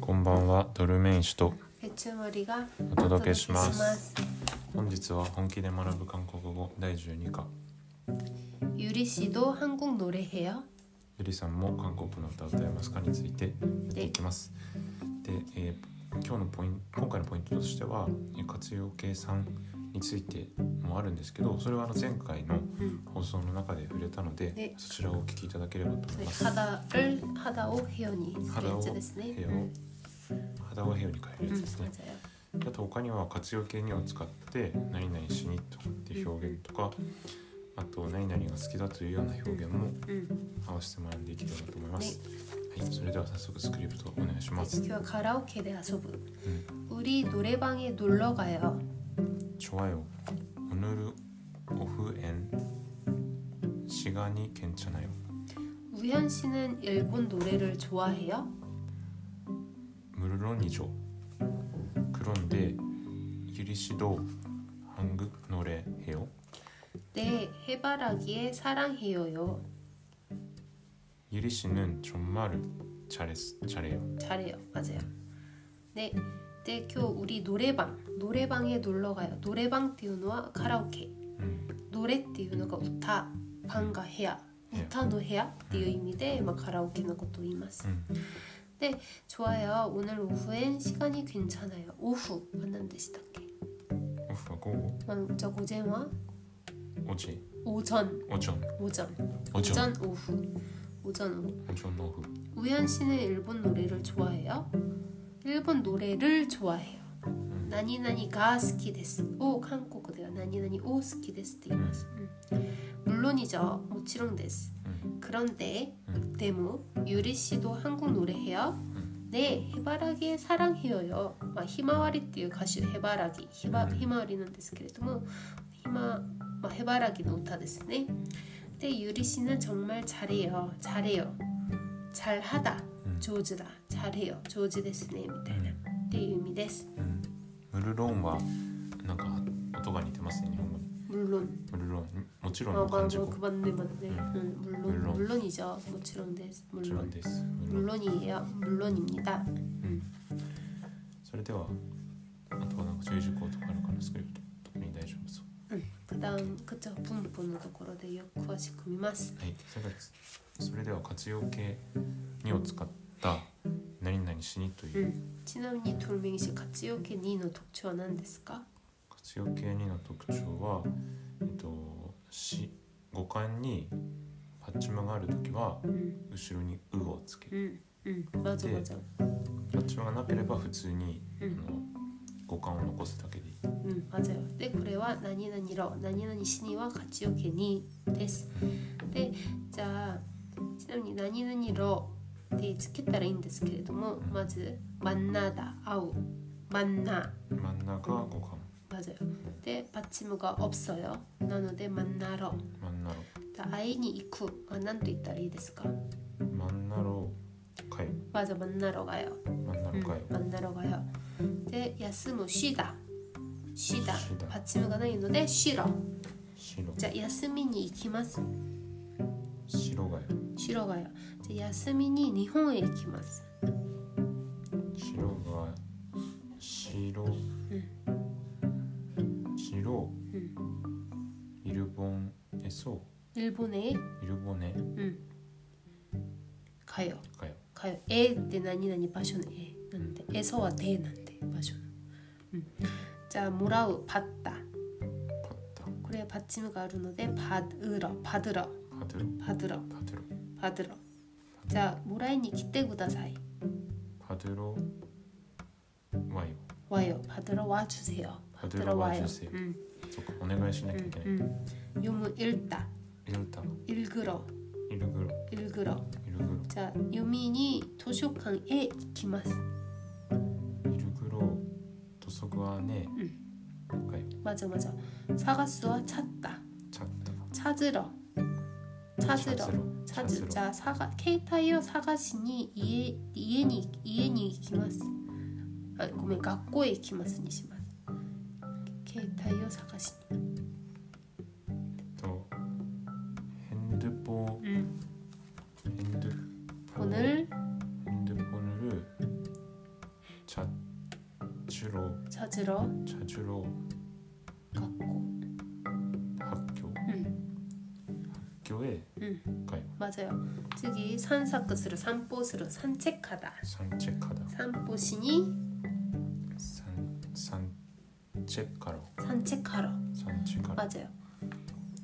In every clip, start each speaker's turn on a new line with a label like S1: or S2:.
S1: はドルメインシュと
S2: フェチュモリが
S1: お届けします
S2: す
S1: 本日は本気で学ぶ韓国語第12課
S2: ゆりしど한국노래해요
S1: ゆりさんも韓国の歌を歌えますかについて見ていきますで、えー今日のポイン今回のポイントとしてはえー活用計算についてもあるんですけどそれはあの前回の
S2: うん
S1: 放送の中で触れたので
S2: ね
S1: そちらをお聞きいただければと思います
S2: 하다를 하다 오 헤어니 스트레스ですね
S1: ヘアを
S2: 음,
S1: 肌をヘアに変えるやつ
S2: 음,
S1: ですね
S2: 맞아요
S1: あと他には活用形には使って「何々しに」とかっていう表現とかあと「何々が好きだ」というような表現も
S2: 음.
S1: 合わせて学んでいければと思います。はい、それでは早速スクリプトお願いします。
S2: 지큐와 가라오케 대하소부
S1: 음.
S2: 우리 노래방에 놀러 가요
S1: 좋아요. 오늘 오후엔 시간이 괜찮아요.
S2: 우현 씨는 일본 노래를 좋아해요?
S1: 물론이죠. 그런데 유리 씨도 한국 노래 해요?
S2: 네 해바라기에 사랑해요요
S1: 유리 씨는 정말 잘했, 잘해요.
S2: 잘해요 맞아요 네 대교 우리 노래방 노래방에 놀러 가요 노래방 띄우노와 가라오케
S1: 음,
S2: 노래っていうのが歌、パンが部屋、
S1: うん
S2: 歌の部屋っていう意味で、まあ、カラオケのことを言います。
S1: 음.
S2: 네, 좋아요. 오늘 오후엔 시간이 괜찮아요. 오후 만난 뜻이다게.
S1: 오후하고
S2: 저 고제와
S1: 어제
S2: 오전,
S1: 오전
S2: 오전,
S1: 오전
S2: 오전 오후, 오전 오후.
S1: 오전 오후
S2: 우현 씨는 일본 노래를 좋아해요? 일본 노래를 좋아해요. 나니나니가 스키데스. 오, 한국어대요. 나니나니 오 스키데스. 음. 물론이죠. 모치롱데스.
S1: 음.
S2: 그런데
S1: 음.
S2: 데모 유리 씨도 한국 노래 해요?
S1: 음.
S2: 네, 해바라기의 사랑해요요. 막 히마와리っていう 가수 해바라기. 히바
S1: 음.
S2: 히마와리는 ですけれども 히마 막 어, 해바라기 노타 ですね. 근데 유리 씨는 정말 잘해요. 잘해요. 잘하다.
S1: 음.
S2: 조즈다. 잘해요. 조즈 ですね.
S1: うん
S2: 음. 네, みたいなっていう意味です.
S1: ムルローンはなんか音が似てますね日本語に
S2: 물론.
S1: ムルローンもちろん
S2: 아,
S1: の
S2: 뭐,
S1: 漢字
S2: 뭐
S1: 語
S2: 그만네 맞네.
S1: 음.
S2: 응, 물론,
S1: 물론.
S2: 물론이죠. 모처럼 데스.
S1: もちろん
S2: 물론.
S1: ですムルローン
S2: 물론이에요. 물론입니다.
S1: うんそれではあとはなんか注意事項とかあるかなスクリプト特に大丈夫そう
S2: 그다음 그쵸 분보는 ところでよく詳しく見ます
S1: はいそれではそれでは活用形にを使った何々しにという
S2: 지난니 음, 돌멩이 씨 같이 이렇게 니노 독초한 안ですか?
S1: 活用形2の特徴は、えっと、し五感にパッチマがあるときは
S2: 음,
S1: 後ろに「う」をつける
S2: 음, 음, 맞아
S1: 네.
S2: 맞아.
S1: パッチマがなければ普通に、
S2: う
S1: あの五感を残すだけでいい
S2: 음, 맞아요. 네, 그래와 나니나니러 나니나니 신이와 같이 이렇게 니 데스. 네, 자 지난니 나니나니러 네, 지켰다라 인ですけれども 맞아 만나다 아우 만나
S1: 真ん中が五感
S2: 맞아요. 네, 받침어가 없어요. 나노데 만나러
S1: 真ん中
S2: 会いに行くは何と言ったらいいですか
S1: 真ん中かよ
S2: 맞아 만나러 가요
S1: 真ん
S2: 음,
S1: 中かよ
S2: 만나러 가요 네 야스무 쉬다 쉬다
S1: 쉬다.
S2: 받침이가 나있는데 쉬러
S1: 白
S2: 자 야스미니 이키마스
S1: 白がよ
S2: 쉬러 가요 자 야스미니 니혼에 이키마스
S1: 白が白白イルボンえそう
S2: 음. 일본에
S1: イルボネ
S2: 음. 가요
S1: かよ
S2: 가요 에때 네, 나니나니 바쇼는 에 난데 에서와 대 난데 바쇼는 음. 자 모라우
S1: パ
S2: 받다
S1: ッタ
S2: 그래 받침이가 아루노데 받으러 받으러
S1: パトゥロ
S2: 받으러
S1: パトゥロ
S2: 받으러. 자, 모라인이 기대 구다사이.
S1: パトゥロワイ
S2: 와요. 받으러 와 주세요.
S1: 받으러 와주세요. 네.
S2: 음,
S1: そっかお願いしなきゃい
S2: 음,
S1: けない
S2: 음. 유무 읽다.
S1: イルタ
S2: 읽으러.
S1: イルグロ
S2: 읽으러.
S1: イルグ
S2: 자, 유민이 도서관에 기마스.
S1: ロイルグロ土足はね
S2: 음.
S1: かよ
S2: 맞아, 맞아. 사가수와 찾다.
S1: チャッタ
S2: 찾으러.
S1: チャ
S2: 찾으러.
S1: ロチャズ
S2: 찾으.
S1: ロ
S2: 자, 사가 케이타이어 사가시니 이에 이에니 이에니 기마스. 아, 고멘 갖고에 기마스니 시마스. 케이타이어 사가시니.
S1: とヘンドゥポ
S2: 음.
S1: ヘンドゥポ
S2: 오늘
S1: 핸드폰을
S2: 찾으러
S1: 자주로
S2: 갔고
S1: 학교
S2: 음,
S1: 학교에 그러니까
S2: 음,
S1: 가요.
S2: 맞아요次散策する散歩する산책하다
S1: 산책하다.
S2: 散歩しに
S1: 산 산책하러
S2: 산책하러
S1: 산책하러
S2: 맞아요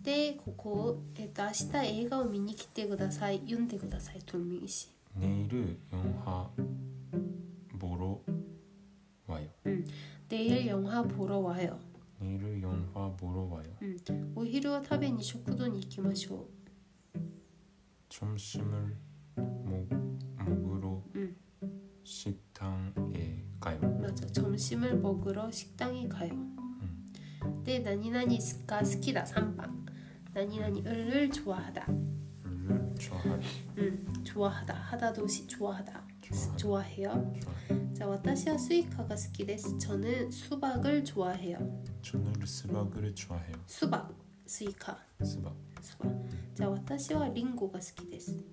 S2: で 네, ここ、えっと、明日映画を見に来てください読んでくださいとみいし
S1: 내일을 영화 보러 와요.
S2: 내일 영화 보러 와요 음.
S1: 내일을 영화 보러 와요.
S2: お昼を食べに食堂に行きましょ
S1: 점심을 먹 먹으러
S2: 응.
S1: 식당에 가요.
S2: う맞아점심을먹으러식당에가요
S1: 응.
S2: 네 나니나니가 스키다 3번 나니나니을 좋아하다
S1: 를 좋아할
S2: 음 좋아하다 하다 도시 좋아하다
S1: 좋아하다.
S2: 좋아해요
S1: 좋아.
S2: 자 와타시와 스이카가 스키데스 저는 수박을 좋아해요
S1: 저는 수박을 좋아해요.
S2: 수박 스이카
S1: 수박.
S2: 수박 자 와타시와 링고가 스키데스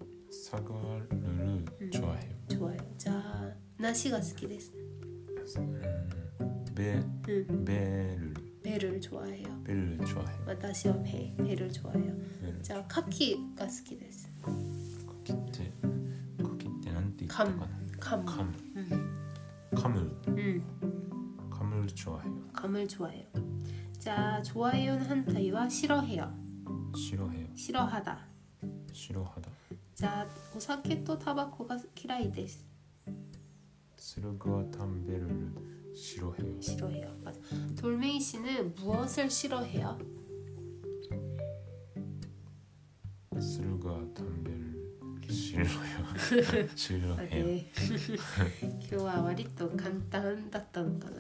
S1: 사과를 좋아해요.
S2: 좋아요 자 나시가 스키데스
S1: 음, 배
S2: 응
S1: 배를
S2: 배를 좋아해요
S1: 배를 좋아해요.
S2: 와타시와 배 배를 좋아해요
S1: 배를
S2: 자 카키가 스키데스
S1: 그때 그때 난때
S2: 감.
S1: 있다가는
S2: 감
S1: 감
S2: 음,
S1: 감을
S2: 음.
S1: 감을 좋아해요.
S2: 감을 좋아해요. 자, 좋아해요는 한타이와 싫어해요.
S1: 싫어해요.
S2: 싫어하다.
S1: 싫어하다.
S2: 자, 오사케 또 타바코가 키라이데스.
S1: 쓰르그와 담배를 싫어해요.
S2: 싫어해요. 맞아. 돌멩이 씨는 무엇을 싫어해요?
S1: 쓰르그와 담배를 싫어해요.
S2: 아,
S1: 싫어해요.
S2: 네. 今日は割と簡単だったのかな.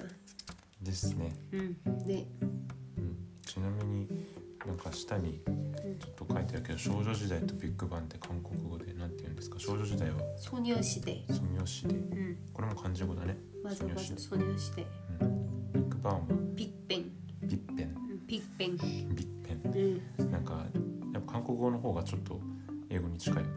S1: 됐네.
S2: 음, 네.
S1: 음ちなみになんか下にちょっと書いてあるけど少女時代とビッグバンって韓国語でなんて言うんですか少女時代は
S2: 소녀시대.
S1: ソニョシで
S2: 음,
S1: これも漢字語だね
S2: 맞아, 맞아.
S1: 소녀시대.
S2: 소녀시대.
S1: うんビッグバンは
S2: 빅뱅.
S1: ビッペン
S2: 음, 빅뱅.
S1: ビッペ
S2: 음,
S1: ンなんかやっぱ韓国語の方がちょっと英語に近いよね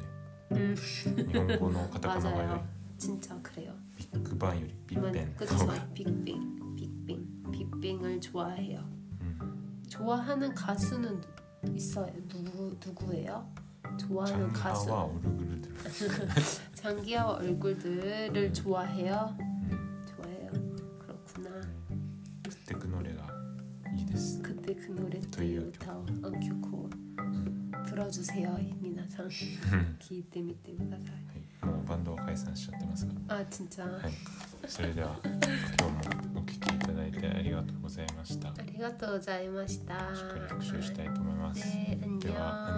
S2: 음,
S1: 日本語のカタカナ 語よ
S2: 맞아요. 진짜 그래요.
S1: りビッグバンよりビッペン
S2: 그렇죠. 빅뱅, 빅뱅, 빅뱅을 좋아해요.
S1: うん
S2: 좋아하는 가수는 누- 있어요. 누구 누구예요?
S1: チャ
S2: 좋아하는
S1: ンハ
S2: 가수
S1: はオルグルドゥ
S2: 장기하와 얼굴들을 좋아해요.
S1: うん
S2: 좋아해요. 그렇구나.
S1: グッテクノレがいいです
S2: 그때 그 노래
S1: 또이요.
S2: 또이우타오 안큐코 들어주세요. 미나상 기대미때보다
S1: はいもうバンドは解散しちゃってますが
S2: 아 진짜.
S1: はいそれでは今日もお聞きいただいてありがとうございましたしっか
S2: 아리가또 고자이마시타.
S1: り復習したいと思います
S2: 네,
S1: では
S2: 안녕.